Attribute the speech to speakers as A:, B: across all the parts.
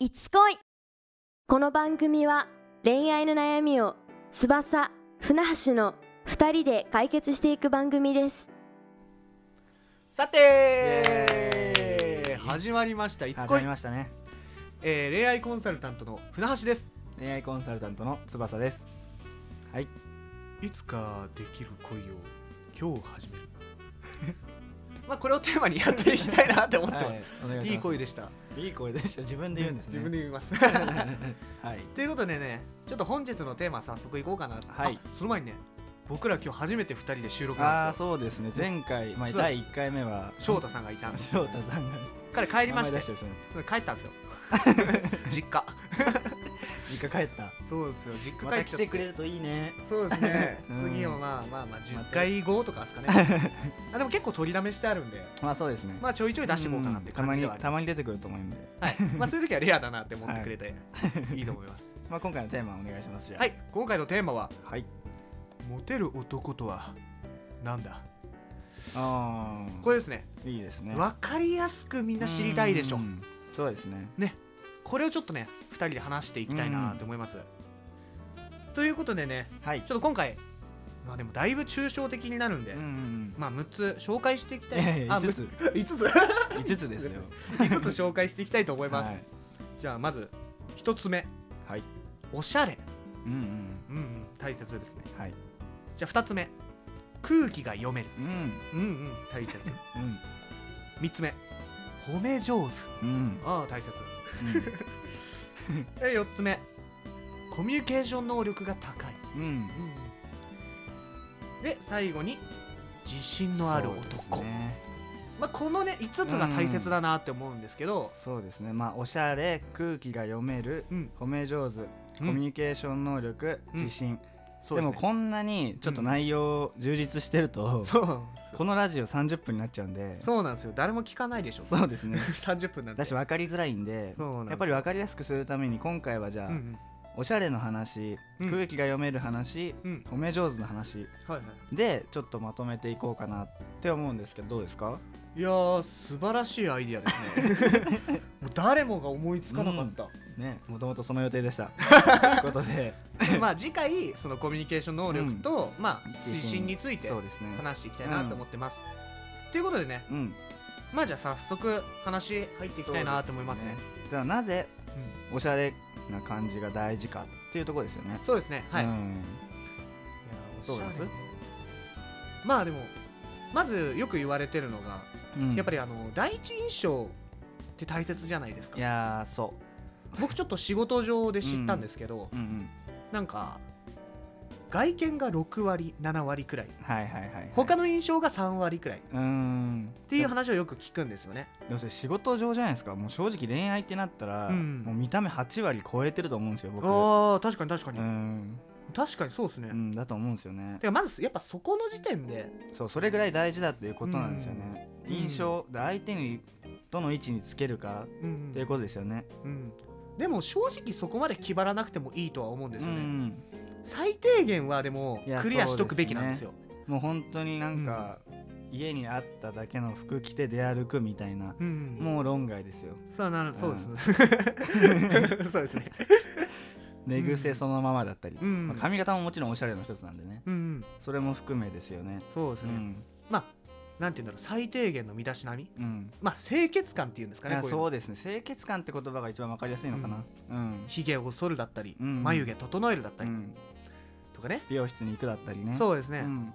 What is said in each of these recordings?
A: いつ恋この番組は恋愛の悩みを翼船橋の2人で解決していく番組です
B: さ
C: エー
B: て
C: イ
B: 始まりました「いつ
C: 始ま
B: 恋
C: りましたね」
B: えー恋愛コンサルタントの船橋です
C: 恋愛コンサルタントの翼ですはい
B: いつかできる恋を今日始 めるまあこれをテーマにやっていきたいなって思ってます、
C: はいお願い
B: い、い
C: しま
B: 声でした
C: すいい声でした自分で言うんですね
B: 自 分で言います
C: はい
B: ということでねちょっと本日のテーマ早速いこうかな
C: はい
B: あその前にね僕ら今日初めて2人で収録
C: あ
B: なん
C: あ
B: ですよ
C: そうですね前回まあ
B: そう
C: 第一回目は
B: 翔太さんがいたんです
C: 翔太さんが
B: 彼帰り
C: 名
B: ま
C: 前
B: して
C: 出してですね
B: 帰ったん ですよ実家
C: 実家帰った
B: そうですよ実家
C: ま
B: 帰ったちゃ
C: 来
B: って
C: てくれるといいね
B: そうですね
C: うん
B: 次はまあまあまあ
C: ま
B: 10
C: た
B: 回後とかですか ねあでも結構取りだめしてあるんで
C: まあそうですね
B: まあちょいちょい出していこうかなって感じではあ
C: うん
B: り
C: た
B: ま
C: ますにたまに出てくると思うんで
B: はいまあそういう時はレアだなって思ってくれていいと思います
C: まあ今回のテーマお願いしますじゃあ
B: はい今回のテーマは
C: はい
B: モテる男とはなんだ
C: ああ
B: これですね
C: いいですね
B: 分かりやすくみんな知りたいでしょ
C: うんそうですね
B: これをちょっとね2人で話していきたいなと思いますということでね
C: はい
B: ちょっと今回まあでもだいぶ抽象的になるんで
C: うんうん
B: まあ6つ紹介していき
C: う
B: た
C: んいやい
B: い
C: や
B: あ
C: 5つ
B: 5つ
C: 5つですよ
B: 5つ紹介していきたいと思います
C: はい
B: じゃあまず一つ目
C: はい。
B: おしゃれ
C: うんうん。
B: うんうん大切ですね
C: はい。
B: じゃあ二つ目空気が読める
C: うん
B: うんうん大 切
C: うん
B: 三つ目褒め上手
C: うん。
B: ああ大切で四つ目コミュニケーション能力が高い
C: うん。
B: うんうんで最後に自信のある
C: そうです
B: 男、
C: ね
B: まあ、このね5つが大切だなって思うんですけど、
C: そうですね。まあおしゃれ、空気が読める、
B: うん
C: 褒め上手、コミュニケーション能力、
B: うん
C: 自信。
B: そ
C: で
B: うです
C: も
B: ね
C: こんなにちょっと内容充実してると、
B: そうなんですよ
C: このラジオ30分になっちゃうんで。
B: そうなんですよ誰も聞かないでしょ。
C: そうですね
B: 30分なんで
C: だし分かりづらいんで
B: そうなんですよ
C: やっぱり分かりやすくするために今回はじゃあ、
B: うんうん
C: おしゃれの話、
B: うん
C: 空気が読める話
B: うん
C: 褒め上手の話
B: はいはい
C: でちょっとまとめていこうかなって思うんですけどどうですか
B: いやー素晴らしいアイディアですね もう誰もが思いつかなかった、
C: ねもともとその予定でした ということで
B: まあ次回そのコミュニケーション能力と、まあ自信について
C: そうですね
B: 話していきたいなと思ってますと、いうことでね
C: うん
B: まあじゃあ早速話入っていきたいなと思いますね
C: そうでじゃあなぜおしゃれな感じが大事かっていうところですよね
B: そうですねはい、
C: う
B: いや
C: ん
B: おしゃれ
C: どうです
B: まあでもまずよく言われてるのが、
C: うん
B: やっぱりあの第一印象って大切じゃないですか
C: いやーそ
B: 僕ちょっと仕事上で知ったんですけど、
C: ううんうん
B: なんか外見が6割7割くらい
C: はいはいはいはい
B: 他の印象が3割くらいっ
C: うん
B: ていう話をよく聞くんですよね
C: でもそれ仕事上じゃないですかもう正直恋愛ってなったら、
B: うん
C: もう見た目8割超えてると思うんですよ僕
B: ああ確かに確かに、
C: うん、
B: 確かにそうですね、
C: うん、だと思うんですよね
B: てかまずやっぱそこの時点で
C: そうそれぐらい大事だっていうことなんですよね、
B: うん
C: 印象で相手にどの位置につけるか
B: うん
C: っていうことですよね、
B: うんでも正直そこまで気張らなくてもいいとは思うんですよね、
C: うん
B: 最低限はでも
C: いや
B: クリアしとくべきなんですよ
C: もう本当になんか、家にあっただけの服着て出歩くみたいな、
B: うん
C: もう論外ですよ
B: そうはならそうです ね、そうですね
C: 寝癖そのままだったり、
B: うん
C: まあ髪型ももちろんおしゃれの一つなんでね
B: うんうん
C: それも含めですよね
B: そうです
C: う
B: ね、
C: ん、
B: まあなんて言うんだろう最低限の身だしなみ
C: うん
B: まあ清潔感っていうんですか
C: い
B: ね
C: や
B: こういうの
C: そうですね清潔感って言葉が一番わかりやすいのかな、うん
B: ひげを剃るだったり、
C: うん
B: 眉毛整えるだった
C: う
B: り
C: ん
B: とかね、
C: 美容室に行くだったりね
B: そうです
C: う
B: ね、ま
C: ん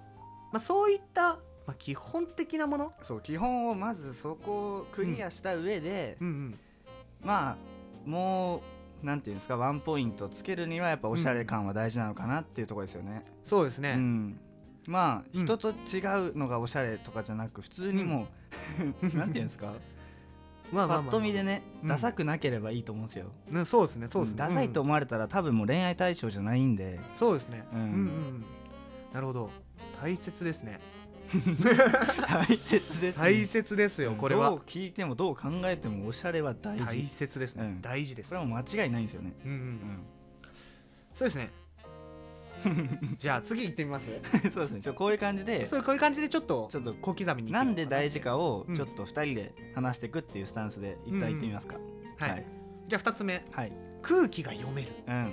B: あ、そういった、まあ、基本的なもの、
C: そう基本をまずそこをクリアした上で、
B: うんうん、
C: まあもうなんていうんですかワンポイントつけるにはやっぱおしゃれ感は大事なのかなっていうところですよね、
B: そうですね、
C: うん、まあ、
B: うん
C: 人と違うのがおしゃれとかじゃなく普通にもう、 なんてい うんですか
B: まあま
C: パ
B: あま
C: ッ
B: あ
C: と見でね、
B: うん
C: ダサくなければいいと思うんですよ、
B: ねそうですねそうですね、
C: ダサいと
B: うん
C: 思われたら多分もう恋愛対象じゃないんで
B: そうですね、う
C: うんん
B: うんうん、なるほど大切ですね
C: 大切です、ね、
B: 大切ですよ
C: うん
B: これは、
C: どう聞いてもどう考えてもおしゃれは大事
B: 大切ですね、
C: うん
B: 大事です
C: これはもう間違いないんですよね、
B: うんうんう、
C: うんん、
B: そうですねじゃあ次行ってみます
C: そうですねちょこういう感じで
B: そうこういう感じでちょっと
C: ちょっと
B: 小刻みに行
C: な
B: ってみようか
C: んで大事かを
B: うん
C: ちょっと2人で話していくっていうスタンスで一旦行ってみますか、
B: はい、じゃあ2つ目
C: はい
B: 空気が読める
C: うん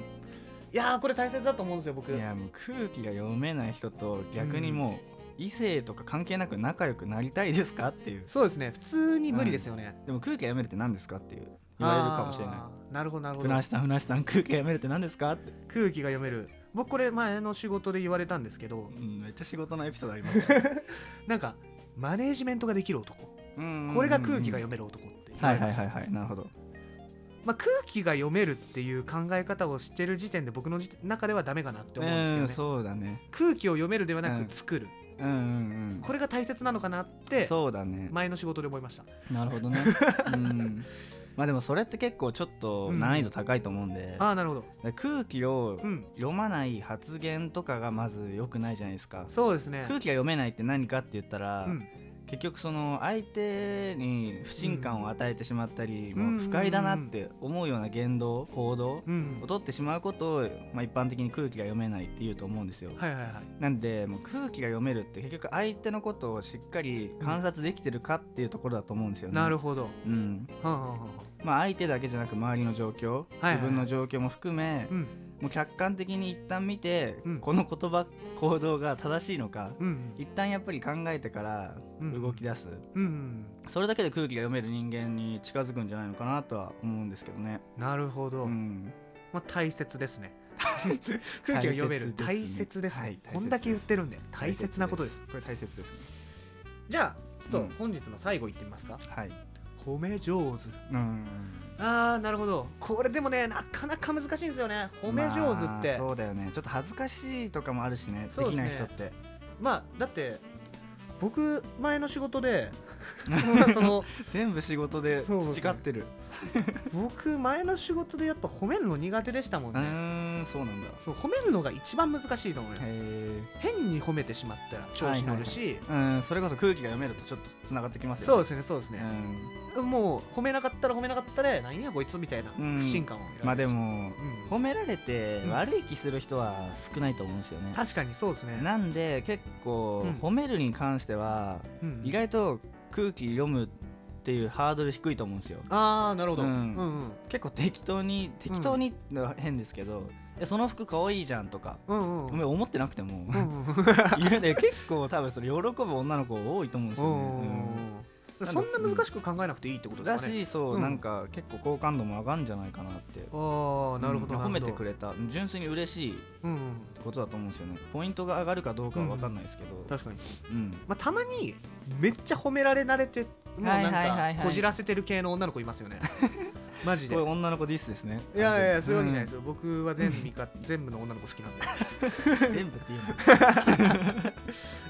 B: いやーこれ大切だと思うんですよ僕
C: いやもう空気が読めない人と逆にもう異性とか関係なく仲良くなりたいですかっていう
B: そうですね普通に無理ですよね、
C: でも空気が読めるって何ですかっていう言われるかもしれない
B: いなるほどなるほど
C: 船橋さん船橋さん空気が読めるって何ですかって、
B: 空気が読める僕これ前の仕事で言われたんですけど
C: めっちゃ仕事のエピソードあります ね
B: なんかマネージメントができる男
C: うんうんうんうん
B: これが空気が読める男って言わ
C: はい
B: れ
C: は
B: ま
C: い
B: した
C: はいはいなるほど
B: まあ、空気が読めるっていう考え方を知ってる時点で僕のじ中ではダメかなって思うんですけど
C: う
B: ね
C: ん、そうだね
B: 空気を読めるではな
C: うん
B: く作る、
C: うんうん
B: これが大切なのかなっ
C: うん
B: て
C: そうだね
B: 前の仕事で思いました
C: なるほどねうんまあでもそれって結構ちょっと難易度高いと思うんで、
B: ああなるほど
C: で空気を
B: うん
C: 読まない発言とかがまず良くないじゃないですか
B: そうですね
C: 空気が読めないって何かって言ったら、
B: うん
C: 結局その相手に不信感を与えてしまったり、
B: うん
C: もう不快だなって思うような言動行動
B: うん
C: を取ってしまうことを、まあ、一般的に空気が読めないって言うと思うんですよ。
B: はいはいはい
C: なんでもう空気が読めるって結局相手のことをしっかり観察できてるかっていうところだと思うんですよね。
B: なるほど
C: うん
B: はんはんはんはん
C: まあ、相手だけじゃなく周りの状況、
B: はいはい
C: 自分の状況も含め、
B: うん
C: もう客観的に一旦見て、
B: うん
C: この言葉行動が正しいのか、
B: うん
C: 一旦やっぱり考えてから
B: うん
C: 動き出す、
B: うんうん
C: それだけで空気が読める人間に近づくんじゃないのかなとは思うんですけどね。
B: なるほど、
C: うん、
B: まあ大切です ね空気を読める
C: 大
B: 大
C: 切
B: 切で
C: ですね
B: すね
C: はい大切です
B: こんだけ言ってるんで大切なことです
C: これ大切ですね。
B: じゃあちょっ
C: うん
B: と本日の最後いってみますか、
C: はい、
B: 褒め上手
C: うん
B: あーなるほどこれでもねなかなか難しいんですよね褒め上手って、
C: まあそうだよねちょっと恥ずかしいとかもあるしね
B: そうです
C: でき
B: ね
C: ない人って
B: まあだって僕前の仕事 でまあその
C: 全部仕事で
B: そうですね
C: 培ってる
B: 僕前の仕事でやっぱ褒めるの苦手でしたもん
C: う,、
B: ね、
C: んそうなんだへ
B: そう褒めるのが一番難しいと思います、
C: え
B: 変に褒めてしまったら調子乗るし、
C: うんそれこそ空気が読めるとちょっとつながってきます
B: そう
C: よ
B: ですね
C: ね
B: そうですね、
C: う
B: もう褒めなかったら褒めなかったで何やこいつみたいな
C: うん
B: 不信感を、
C: んまあで、も
B: うん
C: 褒められて
B: うん
C: 悪い気する人は少ないと思うんですよね
B: 確かにそうですね
C: なんで結構
B: うん
C: 褒めるに関しては
B: うん
C: 意外と空気読むっていうハードル低いと思うんですよ
B: ああなるほど、う、
C: うんん
B: うん
C: 結構適当に適当にってのは変ですけどえその服可愛いじゃんとか
B: うんうんうん
C: 思ってなくても
B: うんうん
C: いやね結構多分それ喜ぶ女の子多いと思うんですよね。
B: うんそんな難しく考えなくていいってこ
C: う
B: と
C: ん
B: で
C: だ
B: すかね。
C: しそう、
B: うん
C: なんか結構好感度も上がるんじゃないかなって
B: ああなるほど、
C: うん
B: なるほ
C: 褒
B: ど
C: めてくれた純粋に嬉しい
B: うんうん、
C: ことだと思うんですよねポイントが上がるかどうかは分かんないですけど、
B: 確かに、
C: うん
B: まあ、たまにめっちゃ褒められ慣れてもう
C: はい
B: な
C: はいはいはい
B: んかこじらせてる系の女の子いますよ ねマジで
C: これ女の子ディスですね
B: いやいやいやそういうわけじゃないです
C: す、
B: よ、僕は全部味方全部の女の子好きなんで
C: うん全部っていうの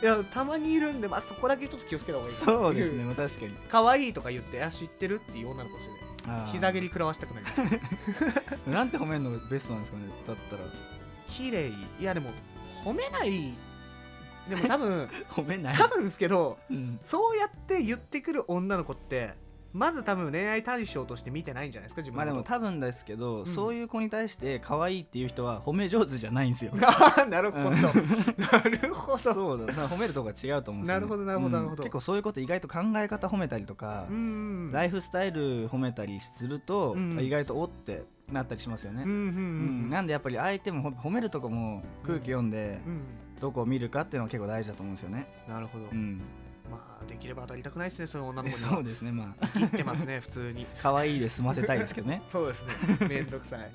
B: いやたまにいるんで、まあ、そこだけちょっと気をつけた方がいいかな
C: そうですねまあ確かに
B: 可愛いとか言ってあ知ってるっていう女の子ですよね
C: あー
B: 膝蹴り食らわしたくなります
C: なんて褒めるのがベストなんですかねだったら
B: 綺麗いやでも褒めないでも多分
C: 褒めない
B: 多分ですけど
C: うん
B: そうやって言ってくる女の子ってまず多分恋愛対象として見てないんじゃないですか自分
C: まあでも
B: のこ
C: 多分ですけど、
B: ん
C: そういう子に対して可愛いっていう人は褒め上手じゃないんですよ
B: とあーなるほど、
C: うん
B: なるほど
C: そうだだから褒めるとこが違うと思うんです
B: な
C: よ、ね、
B: るほどなるほど
C: うん
B: なるほど
C: 結構そういうこと意外と考え方褒めたりとか
B: う、ん
C: ライフスタイル褒めたりすると、
B: うん
C: 意外とおってなったりしますよね、
B: うんうんうん
C: うんなんでやっぱり相手も褒褒めるとこも空気読んで
B: うん、うん
C: どこを見るかっていうのは結構大事だと思うんですよね、
B: なるほど、
C: うん、
B: まあできれば当たりたくないですねその女の子には
C: そうですねまあ
B: 切ってますね普通に
C: 可愛いで済ませたいですけ どね
B: そうですねめんどくさ い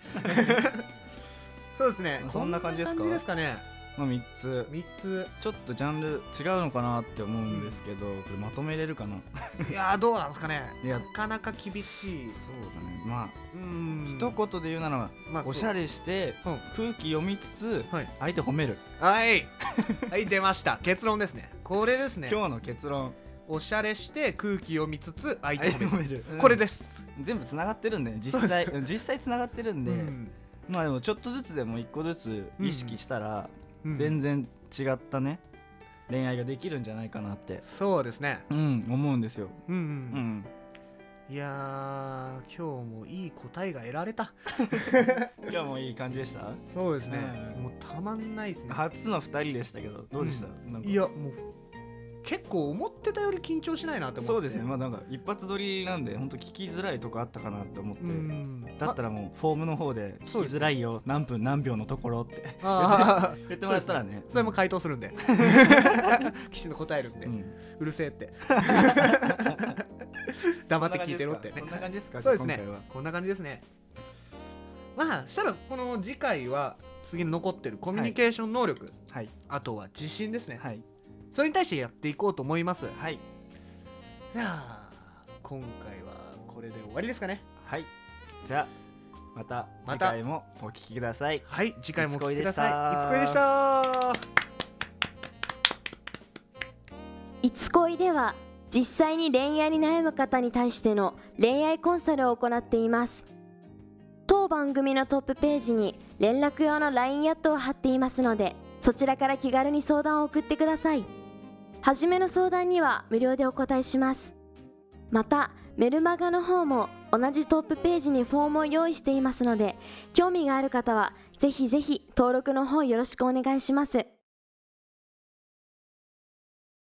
B: そうですね
C: そんな感じですか
B: こんな感じですかね
C: まあ3つ
B: 3つ
C: ちょっとジャンル違うのかなって思うんですけど、これまとめれるかない
B: やーどうなんですかね
C: いや
B: なかなか厳しい
C: そうだね まあ、
B: うん
C: 一言で言うならば
B: まあそう
C: おしゃれして
B: うん
C: 空気読みつつ
B: はい
C: 相手褒める、
B: はい、はい、出ました結論ですねこれですね
C: 今日の結論
B: おしゃれして空気を見つつ相手を褒める
C: める、うん
B: これです、
C: 全部つながってるんで実際うん実際つながってるんで、
B: うん
C: まあでもちょっとずつでも一個ずつ意識したら、
B: うん
C: 全然違ったね恋愛ができるんじゃないかなって、
B: そうですね
C: うん、思うんですよ、
B: うん、う
C: うんん、
B: いやー今日もいい答えが得られた
C: 今日もいい感じでした
B: そうですね
C: うん
B: もうたまんないですね
C: 初の2人でしたけどどうでした、なんか
B: いやもう結構思ってたより緊張しないなって思って
C: そうですねまあなんか一発撮りなんで本当聞きづらいとこあったかなって思って、
B: うん
C: だったらもうフォームの方で聞きづらいよ、何分何秒のところって
B: あ あ
C: 言ってもらったらね
B: それも回答するんで 騎士の答えるんで、
C: う
B: うんるせえって 黙って聞いてろって
C: そんな感じですか
B: そうですね
C: 今回は
B: こんな感じですねまあしたらこの次回は次に残ってるコミュニケーション能力、
C: はい
B: あとは自信ですね、
C: はい
B: それに対してやっていこうと思います
C: はい
B: じゃあ今回はこれで終わりですかね
C: はいじゃあまた
B: ま
C: 次
B: た
C: 回もお聞きください
B: はい次回もお聞きくださいい
C: い
B: つ
C: つ
B: こ
C: こ
B: い
C: い
B: で
A: いつ恋で
B: し
C: でした
A: は実際に恋愛に悩む方に対しての恋愛コンサルを行っています当番組のトップページに連絡用の LINE アットを貼っていますのでそちらから気軽に相談を送ってください初めの相談には無料でお答えしますまたメルマガの方も同じトップページにフォームを用意していますので興味がある方はぜひぜひ登録の方よろしくお願いします